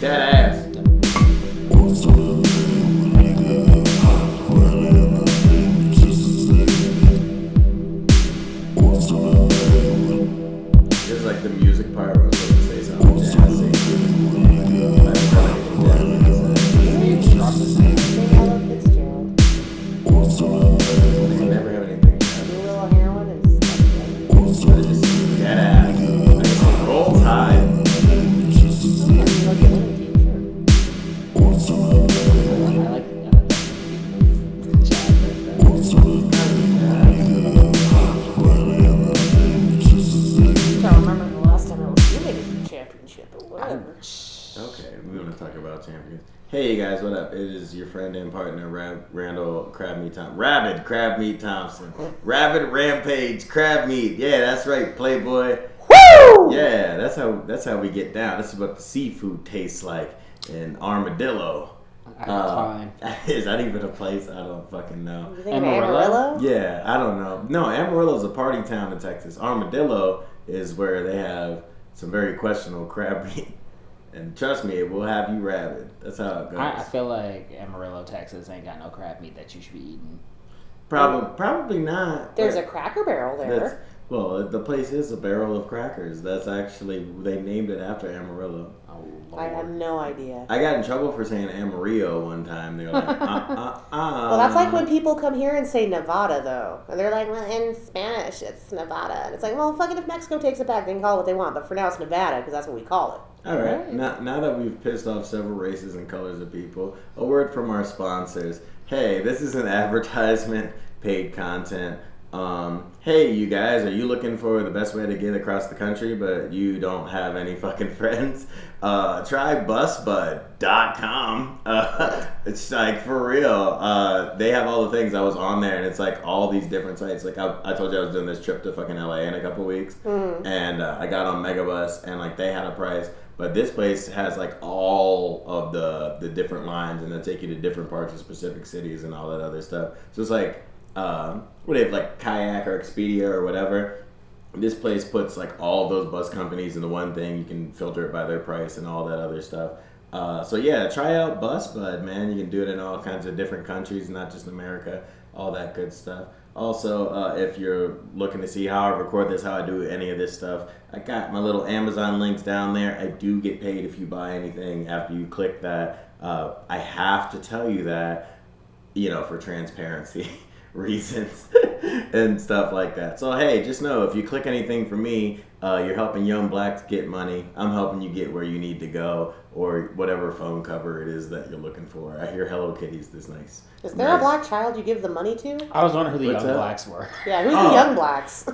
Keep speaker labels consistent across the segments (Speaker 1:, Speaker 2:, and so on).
Speaker 1: That ass. It's like the music part where I was supposed to say something jazzy. But it's not like it's jazzy. They can never have anything jazzy. I just see that ass. I just see roll tide. Okay, we want to talk about champions. Hey you guys, what up? It is your friend and partner Rab- Randall Crab Meat Tom Rabbit Crab Meat Thompson. Rabbit Rampage Crab Meat. Yeah, that's right, Playboy. Yeah, that's how that's how we get down. This is what the seafood tastes like in Armadillo. Uh, is that even a place? I don't fucking know. Yeah, I don't know. No, Amarillo is a party town in Texas. Armadillo is where they have some very questionable crab meat. And trust me, it will have you rabid. That's how it goes.
Speaker 2: I, I feel like Amarillo, Texas ain't got no crab meat that you should be eating.
Speaker 1: probably, probably not.
Speaker 3: There's a
Speaker 1: but
Speaker 3: cracker barrel
Speaker 1: that's-
Speaker 3: there.
Speaker 1: Well, the place is a barrel of crackers. That's actually they named it after Amarillo.
Speaker 2: Oh
Speaker 3: I have
Speaker 2: lord.
Speaker 3: no idea.
Speaker 1: I got in trouble for saying Amarillo one time. They were like, uh, uh, uh.
Speaker 3: Well, that's like when people come here and say Nevada, though. And they're like, well, in Spanish, it's Nevada. And it's like, well, fucking if Mexico takes it back, they can call it what they want. But for now, it's Nevada, because that's what we call it.
Speaker 1: All right. Now, now that we've pissed off several races and colors of people, a word from our sponsors. Hey, this is an advertisement, paid content. Um, hey, you guys, are you looking for the best way to get across the country, but you don't have any fucking friends? Uh, try busbud.com. Uh, it's like for real. Uh, they have all the things. I was on there, and it's like all these different sites. Like I, I told you, I was doing this trip to fucking LA in a couple weeks, and uh, I got on Megabus, and like they had a price. But this place has like all of the the different lines, and they take you to different parts of specific cities and all that other stuff. So it's like, um, what do they have like kayak or Expedia or whatever? This place puts like all those bus companies into one thing. You can filter it by their price and all that other stuff. Uh, so yeah, try out BusBud, man. You can do it in all kinds of different countries, not just America. All that good stuff. Also, uh, if you're looking to see how I record this, how I do any of this stuff, I got my little Amazon links down there. I do get paid if you buy anything after you click that. Uh, I have to tell you that you know, for transparency reasons and stuff like that. So hey, just know if you click anything for me, uh, you're helping young blacks get money. I'm helping you get where you need to go or whatever phone cover it is that you're looking for. I hear Hello Kitty's this nice.
Speaker 3: Is there
Speaker 1: nice.
Speaker 3: a black child you give the money to?
Speaker 2: I was wondering who the
Speaker 1: What's
Speaker 2: young
Speaker 1: that?
Speaker 2: blacks were.
Speaker 3: Yeah, who's
Speaker 1: Oh.
Speaker 3: the young blacks?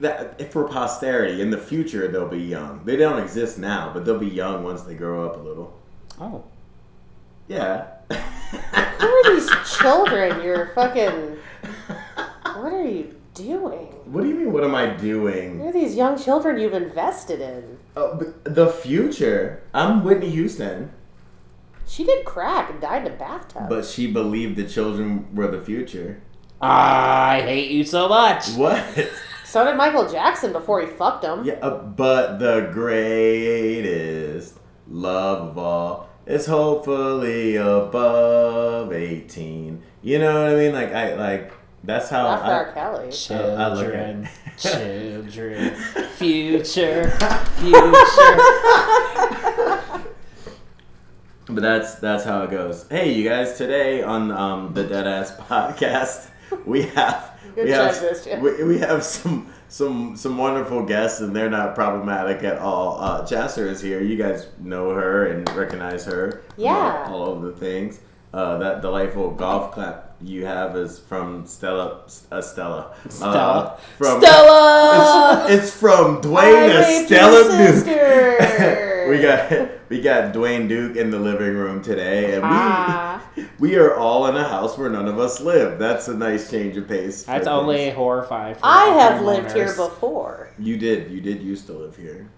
Speaker 1: that if for posterity in the future they'll be young. They don't exist now, but they'll be young once they grow up a little.
Speaker 2: Oh.
Speaker 1: Yeah.
Speaker 3: Who are these children? You're fucking. What are you doing?
Speaker 1: What do you mean? What am I doing?
Speaker 3: Who are these young children you've invested in?
Speaker 1: Uh, but the future. I'm Whitney Houston.
Speaker 3: She did crack and died in a bathtub.
Speaker 1: But she believed the children were the future.
Speaker 2: I hate you so much.
Speaker 1: What?
Speaker 3: so did Michael Jackson before he fucked him.
Speaker 1: yeah, uh, but the greatest love of all is hopefully above 18. You know what I mean? Like I like that's how
Speaker 3: After
Speaker 1: I,
Speaker 3: R. Kelly.
Speaker 1: Oh, I look at
Speaker 2: Children,
Speaker 1: it.
Speaker 2: children, future, future.
Speaker 1: But that's that's how it goes. Hey, you guys! Today on um, the Deadass Podcast, we have
Speaker 3: Good
Speaker 1: we have
Speaker 3: transition.
Speaker 1: we, we have some some some wonderful guests, and they're not problematic at all. Uh, Jasser is here. You guys know her and recognize her. from
Speaker 3: Yeah.
Speaker 1: all, all of the things. Uh, that delightful golf clap you have is from Stella. Uh, Stella.
Speaker 2: Stella.
Speaker 1: Uh, from,
Speaker 3: Stella!
Speaker 1: It's, it's from
Speaker 3: I
Speaker 1: Dwayne
Speaker 3: raped
Speaker 1: to
Speaker 3: your
Speaker 1: Stella Duke.
Speaker 3: sister!
Speaker 1: we got we got Dwayne Duke in the living room today, and we
Speaker 3: Ah.
Speaker 1: we are all in a house where none of us live. That's a nice change of pace. for
Speaker 2: That's
Speaker 1: things.
Speaker 2: only horrifying. For
Speaker 3: I
Speaker 2: the
Speaker 3: have lived here
Speaker 2: homeowners.
Speaker 3: before.
Speaker 1: you did you did used to live here.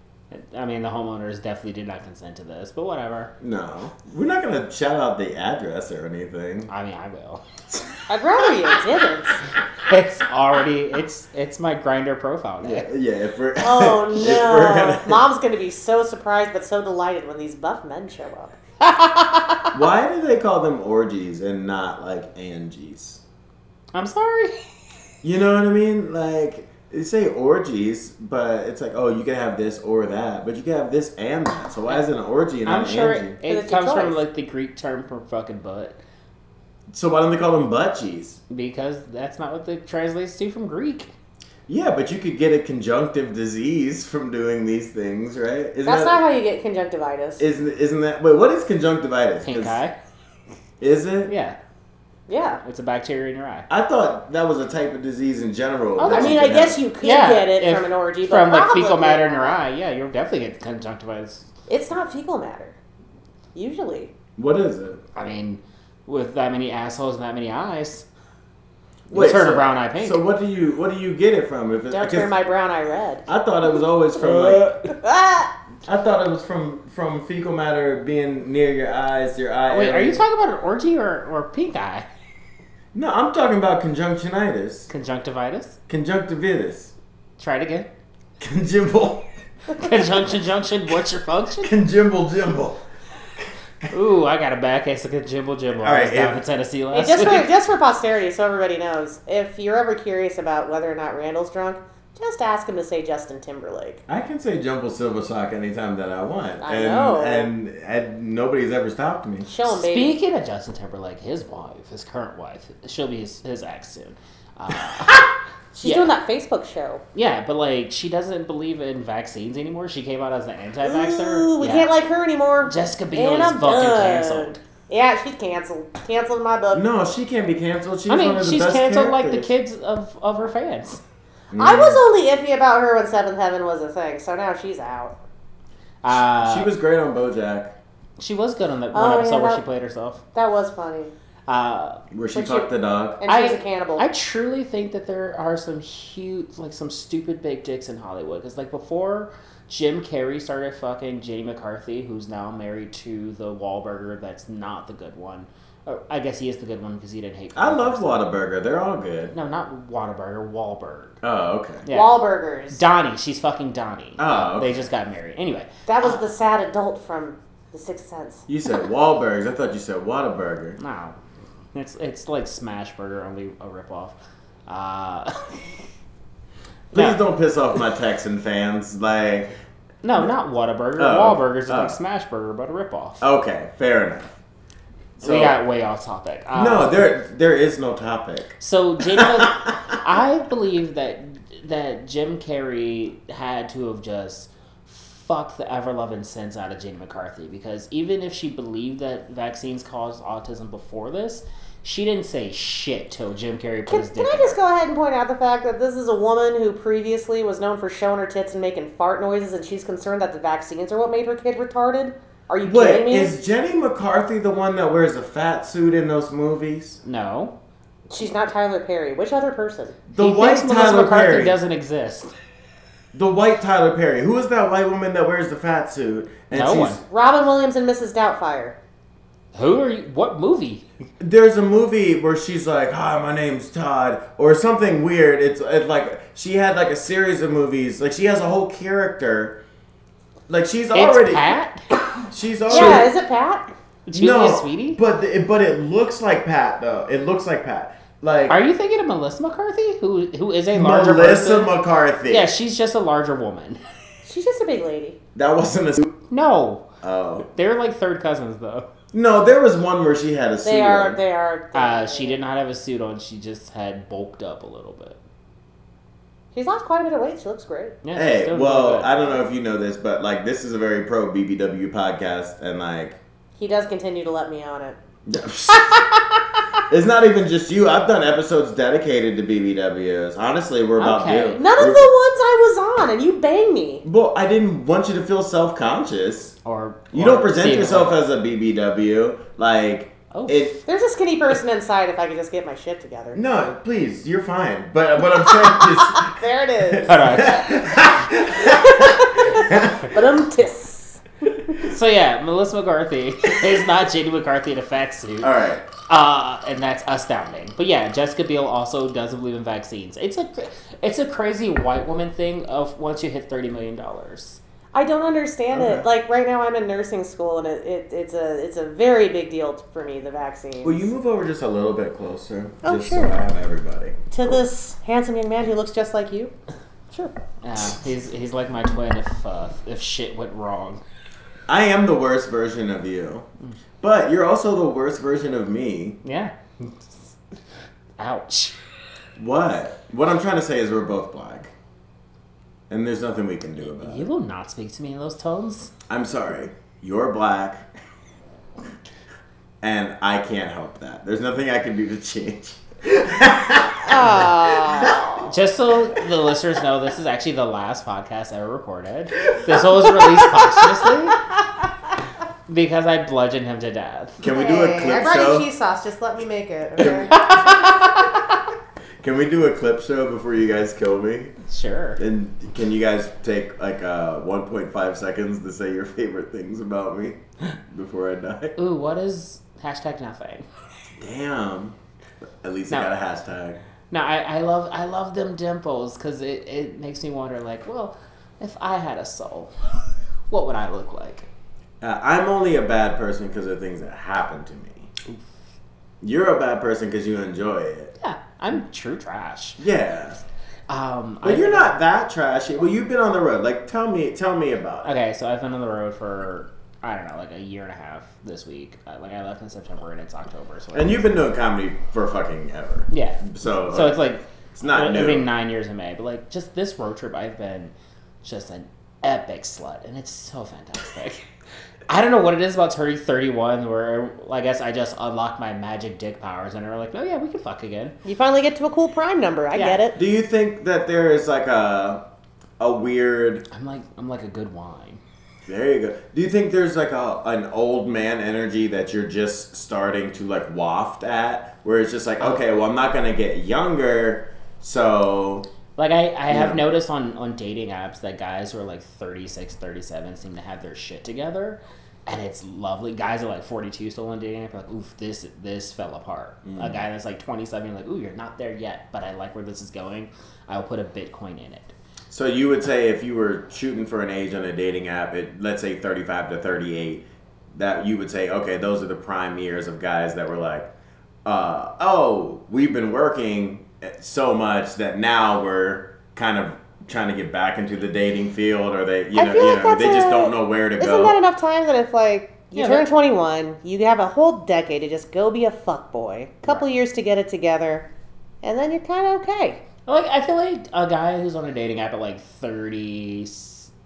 Speaker 2: I mean, the homeowners definitely did not consent to this, but whatever.
Speaker 1: No, we're not gonna shout out the address or anything.
Speaker 2: I mean, I will.
Speaker 3: I'd rather you didn't.
Speaker 2: It's already it's it's my grinder profile. Now.
Speaker 1: Yeah, yeah. If we're
Speaker 3: Oh
Speaker 1: if we're
Speaker 3: no.
Speaker 1: gonna-
Speaker 3: Mom's gonna be so surprised but so delighted when these buff men show up.
Speaker 1: why do they call them orgies and not like Angies?
Speaker 2: I'm sorry.
Speaker 1: You know what I mean? Like they say orgies, but it's like, oh, you can have this or that, but you can have this and that. So why is it an orgy and not
Speaker 2: I'm sure
Speaker 1: Angie?
Speaker 2: it,
Speaker 3: But it's a
Speaker 2: comes from
Speaker 3: choice.
Speaker 2: like the Greek term for fucking butt
Speaker 1: So why don't they call them butchies?
Speaker 2: because that's not what it translates to from Greek.
Speaker 1: Yeah, but you could get a conjunctive disease from doing these things, right? Isn't
Speaker 3: That's not
Speaker 1: that,
Speaker 3: how you get conjunctivitis.
Speaker 1: isn't isn't that wait? What is conjunctivitis? 'Cause-
Speaker 2: Pink eye.
Speaker 1: Is it?
Speaker 2: Yeah,
Speaker 3: yeah.
Speaker 2: it's a bacteria in your eye.
Speaker 1: I thought that was a type of disease in general.
Speaker 2: Oh,
Speaker 1: that
Speaker 3: I
Speaker 1: you
Speaker 3: mean, I
Speaker 1: could
Speaker 3: guess
Speaker 1: have.
Speaker 3: you could
Speaker 2: yeah,
Speaker 3: get it
Speaker 2: if-
Speaker 3: from an orgy, but
Speaker 2: from like fecal
Speaker 3: probably
Speaker 2: matter in your
Speaker 3: not.
Speaker 2: eye. Yeah, you'll definitely get conjunctivitis.
Speaker 3: It's not fecal matter, usually.
Speaker 1: What is it?
Speaker 2: I mean, with that many assholes and that many eyes,
Speaker 1: Wait,
Speaker 2: you turn
Speaker 1: so-
Speaker 2: a brown eye pink.
Speaker 1: So what do you what do you get it from? If it,
Speaker 3: Don't
Speaker 1: because
Speaker 3: turn my brown eye red.
Speaker 1: I thought it was always from
Speaker 2: Uh,
Speaker 1: like
Speaker 3: Ah!
Speaker 1: I thought it was from from fecal matter being near your eyes, your eye.
Speaker 2: Wait, are
Speaker 1: area.
Speaker 2: you talking about an orgy or, or pink eye?
Speaker 1: No, I'm talking about conjunctionitis,
Speaker 2: Conjunctivitis?
Speaker 1: conjunctivitis,
Speaker 2: Try it again.
Speaker 1: conjimble,
Speaker 2: Conjunction junction, what's your function?
Speaker 1: conjimble jimble.
Speaker 2: Ooh, I got a bad case of conjimble jimble.
Speaker 1: All
Speaker 2: I was
Speaker 1: right,
Speaker 2: down
Speaker 1: if-
Speaker 2: in Tennessee
Speaker 3: Hey,
Speaker 2: last
Speaker 3: just, for,
Speaker 2: week.
Speaker 3: just for posterity, so everybody knows, if you're ever curious about whether or not Randall's drunk, just ask him to say Justin Timberlake.
Speaker 1: I can say jumble silver sock anytime that I want,
Speaker 3: I
Speaker 1: and,
Speaker 3: know.
Speaker 1: and and nobody's ever stopped me.
Speaker 3: Show him, baby.
Speaker 2: Speaking of Justin Timberlake, his wife, his current wife, she'll be his, his ex soon. Uh,
Speaker 3: She's
Speaker 2: yeah.
Speaker 3: doing that Facebook show.
Speaker 2: yeah, but like she doesn't believe in vaccines anymore. She came out as an anti-vaxxer.
Speaker 3: Ooh, we
Speaker 2: Yeah.
Speaker 3: can't like her anymore.
Speaker 2: Jessica Biel
Speaker 3: And
Speaker 2: is
Speaker 3: I'm
Speaker 2: fucking
Speaker 3: done.
Speaker 2: canceled.
Speaker 3: Yeah, she's canceled. Canceled my book.
Speaker 1: No, she can't be canceled. She's
Speaker 2: I mean,
Speaker 1: one of the
Speaker 2: she's
Speaker 1: best
Speaker 2: canceled like the
Speaker 1: characters. Mm.
Speaker 2: kids of, of her fans.
Speaker 3: I was only iffy about her when Seventh Heaven was a thing, so now she's out.
Speaker 2: Uh,
Speaker 1: She was great on BoJack,
Speaker 2: she was good on that
Speaker 3: Oh,
Speaker 2: one
Speaker 3: yeah,
Speaker 2: episode where
Speaker 3: that-
Speaker 2: she played herself.
Speaker 3: That was funny.
Speaker 2: Uh,
Speaker 1: where she
Speaker 3: But she-
Speaker 1: fucked the dog.
Speaker 3: And she was a cannibal.
Speaker 2: I truly think that there are some huge, like some stupid big dicks in Hollywood. Because like before Jim Carrey started fucking Jenny McCarthy, who's now married to the Wahlburger that's not the good one. Or, I guess he is the good one because he didn't hate.
Speaker 1: I love Whataburger. They're all good.
Speaker 2: No, not Whataburger, Wahlberg.
Speaker 1: Oh, okay.
Speaker 2: Yeah.
Speaker 3: Wahlburgers.
Speaker 2: Donnie, she's fucking Donnie.
Speaker 1: Oh, okay.
Speaker 2: They just got married. Anyway,
Speaker 3: that was the sad adult from The Sixth Sense.
Speaker 1: You said Wahlbergs. I thought you said Whataburger.
Speaker 2: no, it's it's like Smash Burger, only a ripoff. Uh,
Speaker 1: Please
Speaker 2: No.
Speaker 1: don't piss off my Texan fans. Like,
Speaker 2: no, not Whataburger.
Speaker 1: Oh,
Speaker 2: Wahlburger's is
Speaker 1: oh.
Speaker 2: like Smash Burger, but a ripoff.
Speaker 1: okay, fair enough. So,
Speaker 2: we got way off topic. Uh,
Speaker 1: no, there there is no topic.
Speaker 2: So Jim, I believe that that Jim Carrey had to have just fucked the ever loving sense out of Jenny McCarthy because even if she believed that vaccines caused autism before this, she didn't say shit till Jim Carrey put
Speaker 3: Can,
Speaker 2: his dick.
Speaker 3: can I
Speaker 2: in
Speaker 3: just
Speaker 2: her.
Speaker 3: go ahead and point out the fact that this is a woman who previously was known for showing her tits and making fart noises, and she's concerned that the vaccines are what made her kid retarded? Are you kidding
Speaker 1: Wait,
Speaker 3: me?
Speaker 1: is Jenny McCarthy the one that wears a fat suit in those movies?
Speaker 2: No,
Speaker 3: She's not Tyler Perry. Which other person?
Speaker 1: The
Speaker 2: He
Speaker 1: white
Speaker 2: thinks Melissa
Speaker 1: Tyler
Speaker 2: McCarthy
Speaker 1: Perry.
Speaker 2: doesn't exist.
Speaker 1: The white Tyler Perry. Who is that white woman that wears the fat suit? And
Speaker 2: No
Speaker 1: she's-
Speaker 2: one.
Speaker 3: Robin Williams and Mrs. Doubtfire.
Speaker 2: Who are you? What movie?
Speaker 1: There's a movie where she's like, "Hi, my name's Todd," or something weird. It's, it's like she had like a series of movies. Like she has a whole character. Like she's already
Speaker 2: It's Pat.
Speaker 1: she's
Speaker 3: Yeah,
Speaker 1: already
Speaker 3: is it Pat?
Speaker 2: Julia
Speaker 1: no,
Speaker 2: Sweetie.
Speaker 1: but it, but it looks like Pat though. It looks like Pat. Like
Speaker 2: are you thinking of Melissa McCarthy, who who is a larger
Speaker 1: Melissa
Speaker 2: person?
Speaker 1: McCarthy.
Speaker 2: yeah, she's just a larger woman.
Speaker 3: She's just a big lady.
Speaker 1: that wasn't a. suit.
Speaker 2: No,
Speaker 1: Oh
Speaker 2: They're like third cousins, though.
Speaker 1: no, there was one where she had a suit.
Speaker 3: They are.
Speaker 1: on.
Speaker 3: They are. they
Speaker 2: Uh,
Speaker 3: are-
Speaker 2: she did not have a suit on. She just had bulked up a little bit.
Speaker 3: She's lost quite a bit of weight. She looks great.
Speaker 2: Yeah, she's
Speaker 1: Hey,
Speaker 2: doing
Speaker 1: well,
Speaker 2: really good.
Speaker 1: I don't know if you know this, but like this is a very pro BBW podcast, and like
Speaker 3: He does continue to let me on it.
Speaker 1: it's not even just you. I've done episodes dedicated to BBWs. Honestly, we're about
Speaker 2: Okay.
Speaker 1: you.
Speaker 3: None of the
Speaker 1: We're-
Speaker 3: ones I was on, and you bang me.
Speaker 1: Well, I didn't want you to feel self conscious.
Speaker 2: or
Speaker 1: You
Speaker 2: or
Speaker 1: don't present
Speaker 2: seeing-
Speaker 1: yourself as a BBW. Like
Speaker 2: Oh.
Speaker 1: it.
Speaker 3: There's a skinny person inside. If I could just get my shit together.
Speaker 1: No, please, you're fine. But what I'm
Speaker 3: There it is.
Speaker 2: All right.
Speaker 3: But um, tiss.
Speaker 1: saying is,
Speaker 2: So yeah, Melissa McCarthy is not Jenny McCarthy in a fat suit.
Speaker 1: All right.
Speaker 2: Uh, and that's astounding. But yeah, Jessica Biel also doesn't believe in vaccines. It's a, cra- it's a crazy white woman thing of once you hit thirty million dollars.
Speaker 3: I don't understand
Speaker 1: Okay.
Speaker 3: it. Like right now, I'm in nursing school, and it, it, it's a it's a very big deal t- for me. The vaccine.
Speaker 1: Will you move over just a little bit closer?
Speaker 3: Oh,
Speaker 1: just
Speaker 3: sure.
Speaker 1: so I have everybody.
Speaker 3: to this handsome young man who looks just like you? Sure.
Speaker 2: Uh, he's he's like my twin if uh, if shit went wrong.
Speaker 1: I am the worst version of you, but you're also the worst version of me.
Speaker 2: Yeah. Ouch.
Speaker 1: What? What I'm trying to say is we're both black, and there's nothing we can do about
Speaker 2: You
Speaker 1: it.
Speaker 2: will not speak to me in those tones.
Speaker 1: I'm sorry. You're black, and I can't help that. There's nothing I can do to change.
Speaker 3: Oh.
Speaker 2: Just so the listeners know, this is actually the last podcast ever recorded. This was released posthumously because I bludgeoned him to death.
Speaker 1: Can we do a
Speaker 3: I
Speaker 1: clip
Speaker 3: brought
Speaker 1: show?
Speaker 3: you cheese sauce. Just let me make it. Okay?
Speaker 1: Can we do a clip show before you guys kill me?
Speaker 2: Sure.
Speaker 1: And can you guys take like uh, 1.5 seconds to say your favorite things about me before I die?
Speaker 2: Ooh, what is hashtag nothing?
Speaker 1: Damn. At least I
Speaker 2: No.
Speaker 1: got a hashtag.
Speaker 2: No, I, I love I love them dimples because it, it makes me wonder like, well, if I had a soul, what would I look like?
Speaker 1: Uh, I'm only a bad person because of things that happen to me. You're a bad person because you enjoy it.
Speaker 2: Yeah, I'm true trash.
Speaker 1: Yeah,
Speaker 2: Um,
Speaker 1: but
Speaker 2: I-
Speaker 1: you're not that trashy. Well, you've been on the road. Like, tell me, tell me about it.
Speaker 2: Okay, so I've been on the road for I don't know, like a year and a half this week. Uh, like I left in September and it's October. So
Speaker 1: And you've been doing comedy for fucking ever.
Speaker 2: yeah.
Speaker 1: So, uh,
Speaker 2: So it's like
Speaker 1: it's not
Speaker 2: I,
Speaker 1: new.
Speaker 2: I mean nine years in May, but like just this road trip, I've been just an epic slut, and it's so fantastic. I don't know what it is about turning 31 where I guess I just unlocked my magic dick powers and are like, oh yeah, we can fuck again.
Speaker 3: you finally get to a cool prime number. I
Speaker 2: Yeah.
Speaker 3: get it.
Speaker 1: Do you think that there is like a a weird?
Speaker 2: I'm like, I'm like a good wine.
Speaker 1: There you go. Do you think there's like a an old man energy that you're just starting to like waft at, where it's just like, okay, well, I'm not gonna get younger, so
Speaker 2: Like I, I have
Speaker 1: Yeah.
Speaker 2: noticed on, on dating apps that guys who are like 36, 37 seem to have their shit together. And it's lovely. Guys are like 42 still on dating app. Like, oof, this this fell apart. A guy that's like 27, you're like, ooh, you're not there yet, but I like where this is going. I will put a Bitcoin in it.
Speaker 1: So you would say if you were shooting for an age on a dating app, it let's say thirty five to thirty eight, that you would say, okay, those are the prime years of guys that were like, uh, oh, we've been working so much that now we're kind of trying to get back into the dating field, or they, you
Speaker 3: I
Speaker 1: know,
Speaker 3: feel
Speaker 1: you
Speaker 3: like
Speaker 1: know
Speaker 3: that's
Speaker 1: they just
Speaker 3: a-
Speaker 1: don't know where to
Speaker 3: Isn't that
Speaker 1: go.
Speaker 3: enough time that if like you
Speaker 2: Yeah,
Speaker 3: turn
Speaker 2: that-
Speaker 3: 21, you have a whole decade to just go be a fuck boy, couple years to get it together, and then you're kind of okay.
Speaker 2: Like, I feel like a guy who's on a dating app at like 30,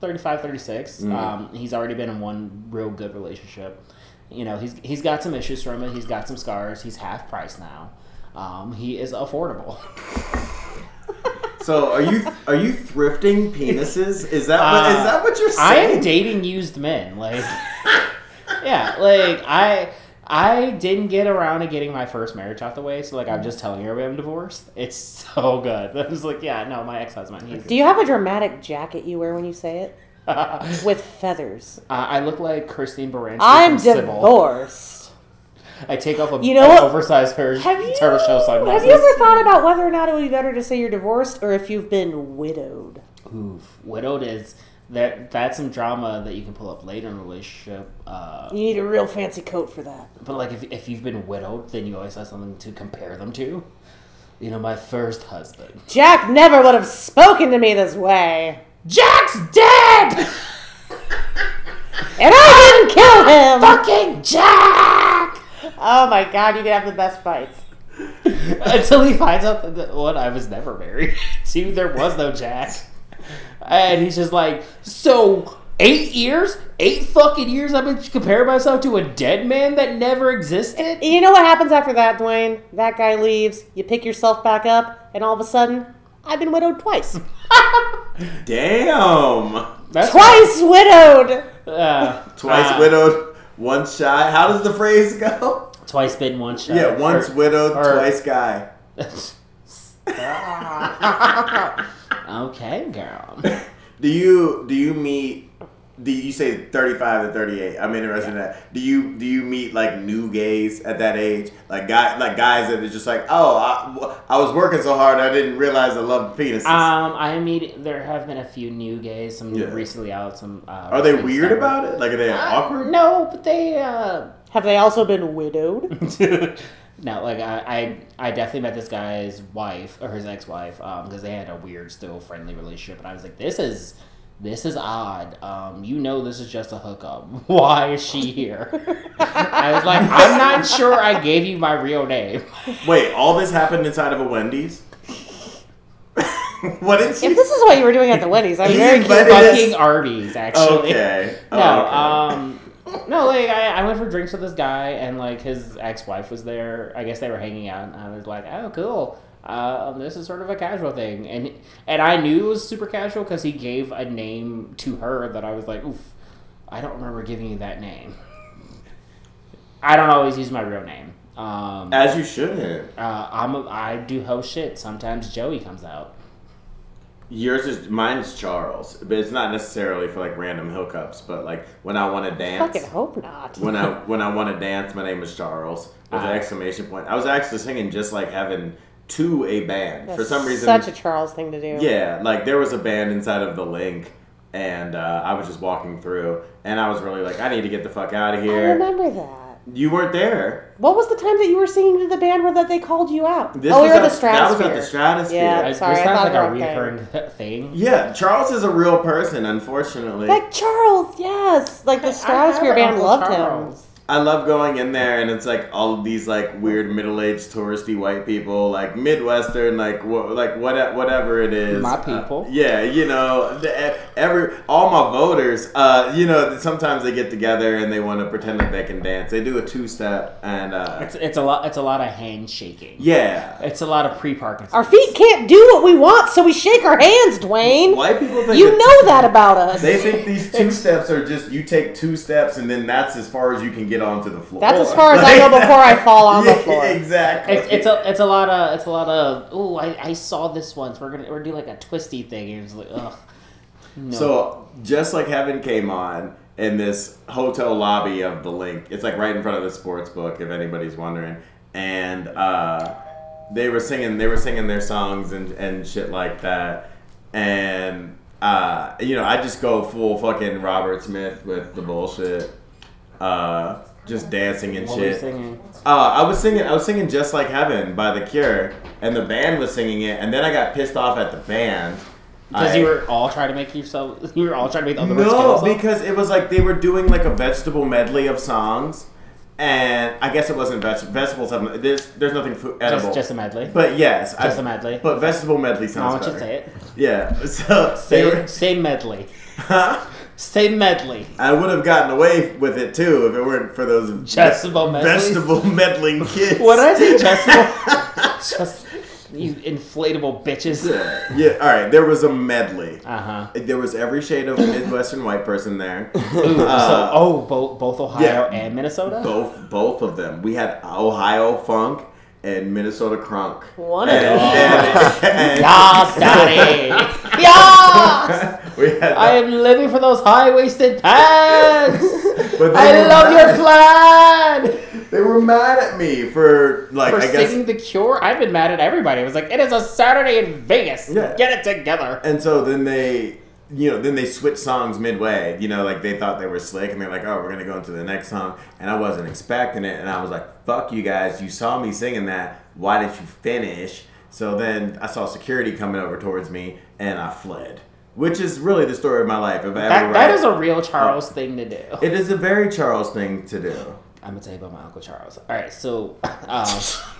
Speaker 2: 35, 36,
Speaker 3: Mm.
Speaker 1: Mhm.
Speaker 2: um, he's already been in one real good relationship. You know, he's, he's got some issues from it. He's got some scars. He's half price now. Um, he is affordable.
Speaker 1: So are you are you thrifting penises? Is that what,
Speaker 2: Uh,
Speaker 1: is that what you're
Speaker 2: I am
Speaker 1: saying?
Speaker 2: dating used men. Like, yeah, like I I didn't get around to getting my first marriage out the way, so like I'm just telling everybody I'm divorced. It's so good. I was like, yeah, no, my ex husband. He's.
Speaker 3: Do you have a dramatic jacket you wear when you say it
Speaker 2: uh,
Speaker 3: with feathers?
Speaker 2: I look like Christine Baranski.
Speaker 3: I'm
Speaker 2: from Sybil.
Speaker 3: divorced.
Speaker 2: I take off a
Speaker 3: You know what?
Speaker 2: an oversized pair of
Speaker 3: Have you,
Speaker 2: turtle shell
Speaker 3: have
Speaker 2: sunglasses.
Speaker 3: you ever thought about whether or not it would be better to say you're divorced or if you've been widowed?
Speaker 2: Oof, widowed is that that's some drama that you can pull up later in a relationship. Uh,
Speaker 3: You need a real fancy coat for that.
Speaker 2: But like, if, if you've been widowed, then you always have something to compare them to. You know, my first husband.
Speaker 3: Jack never would have spoken to me this way.
Speaker 2: Jack's dead.
Speaker 3: And I didn't kill him!
Speaker 2: Fucking Jack.
Speaker 3: Oh my god, you could have the best fights.
Speaker 2: Until he finds out that that, one I was never married. Two, there was no Jack. And he's just like, so eight years, eight fucking years, I've been comparing myself to a dead man that never existed.
Speaker 3: You know what happens after that, Dwayne? That guy leaves, you pick yourself back up, and all of a sudden, I've been widowed twice.
Speaker 1: Damn.
Speaker 2: That's
Speaker 3: twice widowed!
Speaker 2: Uh,
Speaker 1: Twice
Speaker 2: uh,
Speaker 1: widowed, once shy. How does the phrase go?
Speaker 2: Twice bitten, once shot.
Speaker 1: yeah, once widowed,
Speaker 2: or-
Speaker 1: twice guy.
Speaker 2: okay, girl.
Speaker 1: Do you do you meet do you say 35 to 38 i'm interested in that do you do you meet like new gays at that age like guy like guys that are just like oh i, w- I was working so hard i didn't realize i loved penises
Speaker 2: Um, I mean, there have been a few new gays, some
Speaker 1: Yeah.
Speaker 2: recently out, some. Uh,
Speaker 1: are they
Speaker 2: recently
Speaker 1: weird
Speaker 2: discovered.
Speaker 1: about it like are
Speaker 3: Uh,
Speaker 1: they awkward
Speaker 2: No, but they. Uh...
Speaker 3: Have they also been widowed?
Speaker 2: no, like I, I, I definitely met this guy's wife or his ex-wife, um, because they had a weird, still friendly relationship, and I was like, this is, this is odd. Um, you know, this is just a hookup. Why is she here? I was like, I'm not sure. I gave you my real name.
Speaker 1: wait all this happened inside of a wendy's what did
Speaker 3: if
Speaker 1: she
Speaker 3: this is what you were doing at the Wendy's, I'm very
Speaker 1: But
Speaker 3: curious.
Speaker 1: it is-
Speaker 2: Fucking Arby's, actually.
Speaker 1: okay Oh,
Speaker 2: No,
Speaker 1: okay.
Speaker 2: um, no, like I, I went for drinks with this guy, and like his ex wife was there. I guess they were hanging out, and I was like, oh, cool. Um, this is sort of a casual thing, and and I knew it was super casual because he gave a name to her that I was like, oof, I don't remember giving you that name. I don't always use my real name. Um, uh,
Speaker 1: as you shouldn't
Speaker 2: I'm a, I do host shit. Sometimes Joey comes out.
Speaker 1: Yours is mine's Charles, but it's not necessarily for like random hookups. But like when I want to dance,
Speaker 3: Fucking hope not.
Speaker 1: when I when I want to dance, my name is Charles with
Speaker 2: Ah.
Speaker 1: an exclamation point. I was actually singing just like having to a band for
Speaker 3: That's
Speaker 1: some reason.
Speaker 3: such a Charles thing to do.
Speaker 1: yeah, like there was a band inside of the link, and uh, I was just walking through, and I was really like, I need to get the fuck out of
Speaker 3: I
Speaker 1: here.
Speaker 3: remember that.
Speaker 1: You weren't there.
Speaker 3: What was the time that you were singing to the band where that they called you out?
Speaker 1: This
Speaker 3: oh, we
Speaker 1: was
Speaker 3: were
Speaker 1: at-
Speaker 3: at the
Speaker 1: that
Speaker 3: Stratosphere.
Speaker 1: was at the Stratosphere.
Speaker 3: Yeah,
Speaker 2: I,
Speaker 3: I'm sorry.
Speaker 2: this
Speaker 3: I
Speaker 2: sounds
Speaker 3: thought
Speaker 2: like
Speaker 3: the
Speaker 2: a
Speaker 3: wrong thing.
Speaker 2: recurring thing.
Speaker 1: Yeah, Charles is a real person. Unfortunately,
Speaker 3: Like Charles, yes. Like the Stratosphere band loved him.
Speaker 1: I love going in there and it's like all of these like weird middle aged touristy white people, like Midwestern, like wha- like what whatever it is.
Speaker 2: My
Speaker 1: Uh,
Speaker 2: people.
Speaker 1: yeah, you know, the- e, every all my voters. Uh, you know, sometimes they get together and they want to pretend like they can dance. They do a two step and uh,
Speaker 2: It's, it's a lot. It's a lot of handshaking.
Speaker 1: yeah.
Speaker 2: It's a lot of pre-Parkinson's.
Speaker 3: Our feet can't do what we want, so we shake our hands, Dwayne.
Speaker 1: White people think
Speaker 3: You
Speaker 1: it's-
Speaker 3: know that about us.
Speaker 1: They think these two steps are just you take two steps and then that's as far as you can get onto the floor.
Speaker 3: That's as far as I
Speaker 1: Like-
Speaker 3: go before I fall on the
Speaker 1: Yeah,
Speaker 3: floor.
Speaker 1: Exactly.
Speaker 2: It's, it's a it's a lot of it's a lot of oh I, I saw this once we're gonna we're doing like a twisty thing and it's like ugh no
Speaker 1: So just like Heaven came on in this hotel lobby of the link, it's like right in front of the sports book, if anybody's wondering. And uh, they were singing, they were singing their songs and, and shit like that. And uh, you know, I just go full fucking Robert Smith with the bullshit, uh, just dancing and
Speaker 2: what were you
Speaker 1: shit.
Speaker 2: singing
Speaker 1: Uh, I was singing. I was singing "Just Like Heaven" by The Cure, and the band was singing it. And then I got pissed off at the band
Speaker 2: because
Speaker 1: I-
Speaker 2: you were all trying to make yourself you were all trying to make the other
Speaker 1: no,
Speaker 2: person kill
Speaker 1: because it was like they were doing like a vegetable medley of songs, and I guess it wasn't veg- vegetables. Have, there's there's nothing food
Speaker 2: themselves?
Speaker 1: edible.
Speaker 2: just, just a medley
Speaker 1: but yes,
Speaker 2: just
Speaker 1: I,
Speaker 2: a medley
Speaker 1: But vegetable medley
Speaker 2: I
Speaker 1: sounds.
Speaker 2: want you
Speaker 1: better.
Speaker 2: to say it
Speaker 1: Yeah. So
Speaker 2: say
Speaker 1: they were,
Speaker 2: say medley
Speaker 1: huh?
Speaker 2: say medley
Speaker 1: I would have gotten away with it too if it weren't for those ve-
Speaker 2: Vegetable medleys?
Speaker 1: vegetable meddling kids.
Speaker 2: what did I say just just you inflatable bitches
Speaker 1: Yeah. yeah. All right. There was a medley.
Speaker 2: uh huh
Speaker 1: There was every shade of Midwestern white person there.
Speaker 2: Ooh, so
Speaker 1: Uh,
Speaker 2: oh both both Ohio
Speaker 1: yeah.
Speaker 2: and Minnesota
Speaker 1: both both of them. We had Ohio funk and Minnesota crunk.
Speaker 3: One of
Speaker 1: and,
Speaker 3: them.
Speaker 1: and- and-
Speaker 2: Yas, daddy. Yas.
Speaker 1: we had
Speaker 2: I am living for those high-waisted pants.
Speaker 1: but they
Speaker 2: I
Speaker 1: were
Speaker 2: love your
Speaker 1: mad-
Speaker 2: flag.
Speaker 1: They were mad at me for like
Speaker 2: For
Speaker 1: I guess.
Speaker 2: singing the Cure, I've been mad at everybody. I was like, it is a Saturday in Vegas.
Speaker 1: Yeah.
Speaker 2: Get it together.
Speaker 1: And so then they, you know, then they switched songs midway. You know, like they thought they were slick, and they're like, "Oh, we're gonna go into the next song," and I wasn't expecting it, and I was like, "Fuck you guys! You saw me singing that. Why didn't you finish?" So then I saw security coming over towards me, and I fled. Which is really the story of my life. If I ever
Speaker 2: That, that
Speaker 1: write-
Speaker 2: is a real Charles thing to do.
Speaker 1: It is a very Charles thing to do.
Speaker 2: I'm gonna tell you about my uncle Charles. All right, so um,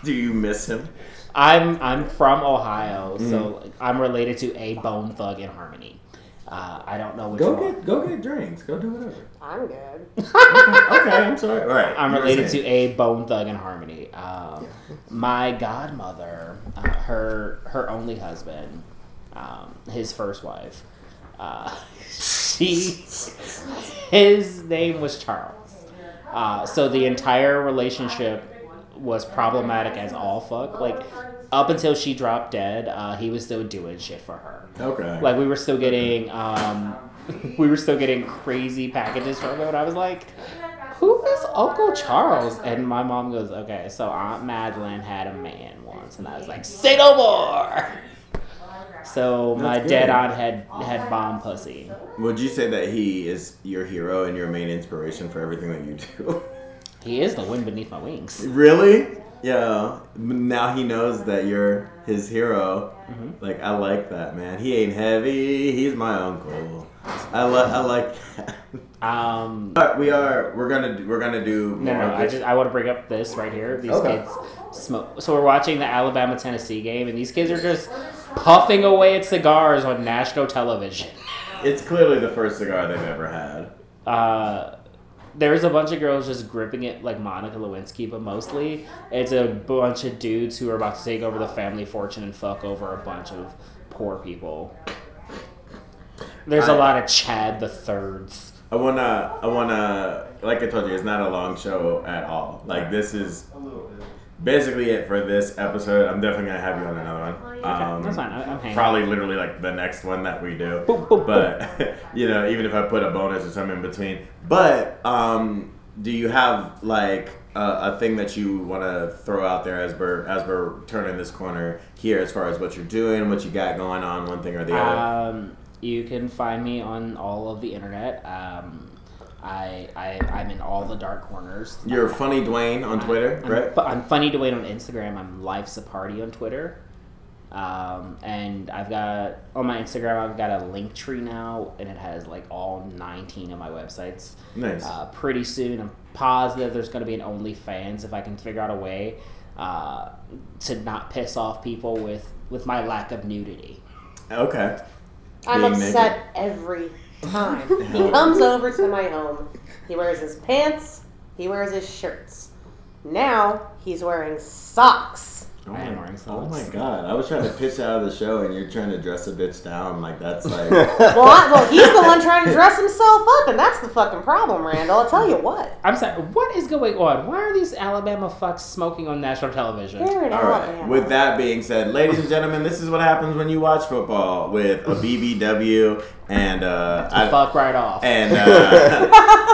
Speaker 1: Do you miss him?
Speaker 2: I'm I'm from Ohio,
Speaker 1: Mm.
Speaker 2: so I'm related to a Bone Thug in Harmony. Uh, I don't know which
Speaker 1: Go
Speaker 2: one.
Speaker 1: get go get drinks. Go do whatever.
Speaker 3: I'm good.
Speaker 1: Okay, I'm sorry. All right.
Speaker 2: I'm related to a Bone Thug in Harmony. Um, my godmother, uh, her her only husband, um, his first wife. Uh, she, his name was Charles. Uh, so the entire relationship was problematic as all fuck. Like up until she dropped dead, uh, he was still doing shit for her.
Speaker 1: Okay.
Speaker 2: Like we were still getting um, we were still getting crazy packages from him. And I was like, who is Uncle Charles? And my mom goes, okay, so Aunt Madeline had a man once. And I was like, say no more. So my
Speaker 1: That's
Speaker 2: dead
Speaker 1: good.
Speaker 2: aunt had had bomb pussy.
Speaker 1: Would you say that he is your hero and your main inspiration for everything that you do?
Speaker 2: He is the wind beneath my wings.
Speaker 1: really? Yeah. Now he knows that you're his hero.
Speaker 2: Mm-hmm.
Speaker 1: Like I like that man. He ain't heavy. He's my uncle. I like I like that.
Speaker 2: Um,
Speaker 1: But we are we're gonna we're gonna do more
Speaker 2: no, no,
Speaker 1: of
Speaker 2: I
Speaker 1: this.
Speaker 2: just I want to bring up this right here. These
Speaker 1: Okay.
Speaker 2: kids smoke. So we're watching the Alabama Tennessee game, and these kids are just puffing away at cigars on national television.
Speaker 1: It's clearly the first cigar they've ever had.
Speaker 2: uh, there's a bunch of girls just gripping it like Monica Lewinsky, but mostly it's a bunch of dudes who are about to take over the family fortune and fuck over a bunch of poor people. There's a
Speaker 1: I-
Speaker 2: lot of Chad the Thirds.
Speaker 1: I wanna, I wanna, like I told you, it's not a long show at all. Like this is basically it for this episode. I'm definitely gonna have you on another one. Um,
Speaker 2: That's fine. I, I'm hanging.
Speaker 1: Probably literally like the next one that we do.
Speaker 2: Boom, boom,
Speaker 1: But you know, even if I put a bonus or something in between. But um, do you have like a, a thing that you want to throw out there as we're as we're turning this corner here, as far as what you're doing, what you got going on, one thing or the other?
Speaker 2: Um, you can find me on all of the internet. Um, I, I I'm in all the dark corners.
Speaker 1: You're funny Dwayne on Twitter,
Speaker 2: I'm,
Speaker 1: right?
Speaker 2: fu- I'm funny Dwayne on Instagram. I'm life's a party on Twitter. Um, and I've got on my Instagram, I've got a link tree now, and it has like all 19 of my websites.
Speaker 1: Nice.
Speaker 2: Uh, pretty soon, I'm positive there's going to be an OnlyFans if I can figure out a way uh, to not piss off people with with my lack of nudity.
Speaker 1: Okay.
Speaker 3: I'm
Speaker 1: Being
Speaker 3: upset every time. he
Speaker 1: Yeah.
Speaker 3: comes over to my home. He wears his pants. He wears his shirts. Now he's wearing socks.
Speaker 1: Oh
Speaker 2: I am
Speaker 1: my,
Speaker 2: wearing
Speaker 1: oh my
Speaker 2: socks.
Speaker 1: god! I was trying to pitch out of the show, and you're trying to dress a bitch down. Like that's like. well,
Speaker 3: Well, I, well, he's the one trying to dress himself up, and that's the fucking problem, Randall. I'll tell you what.
Speaker 2: I'm sorry, what is going on? Why are these Alabama fucks smoking on national television?
Speaker 3: They're in
Speaker 1: All right.
Speaker 3: Alabama.
Speaker 1: With that being said, ladies and gentlemen, this is what happens when you watch football with a BBW and uh, I-
Speaker 2: Fuck right off.
Speaker 1: and, uh,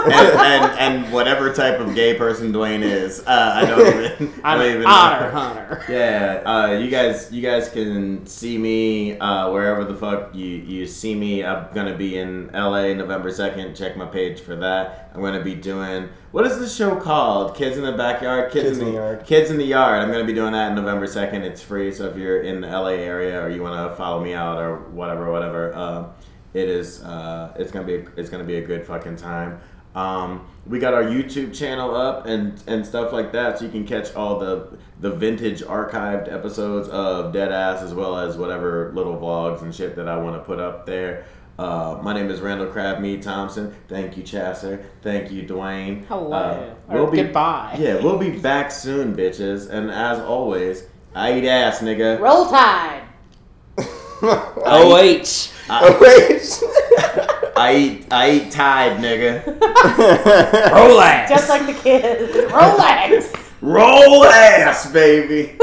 Speaker 1: and and and whatever type of gay person Dwayne is. Uh, I don't even. I
Speaker 2: I'm
Speaker 1: don't
Speaker 2: an
Speaker 1: even
Speaker 2: honor
Speaker 1: know.
Speaker 2: hunter.
Speaker 1: Yeah, uh, you guys, you guys can see me uh, wherever the fuck you, you see me. I'm gonna be in LA November second. Check my page for that. I'm gonna be doing what is the show called? Kids in the backyard. Kids, in the, yard. Kids in the yard. I'm gonna be doing that November second. It's free, so if you're in the LA area or you wanna follow me out or whatever, whatever, uh, it is. Uh, it's gonna be. It's gonna be a good fucking time. Um, we got our YouTube channel up and and stuff like that, so you can catch all the the vintage archived episodes of Dead Ass as well as whatever little vlogs and shit that I want to put up there. Uh, my name is Randall Crabmead Thompson. Thank you, Chasser. Thank you, Dwayne.
Speaker 2: Hello.
Speaker 1: Uh,
Speaker 2: Or goodbye.
Speaker 1: Yeah, we'll be back soon, bitches. And as always, I eat ass, nigga.
Speaker 3: Roll Tide.
Speaker 2: OH.
Speaker 1: I,
Speaker 4: Wait.
Speaker 1: I eat I eat Tide, nigga.
Speaker 2: Rolex.
Speaker 3: Just like the kids. Rolex.
Speaker 1: Roll ass, baby.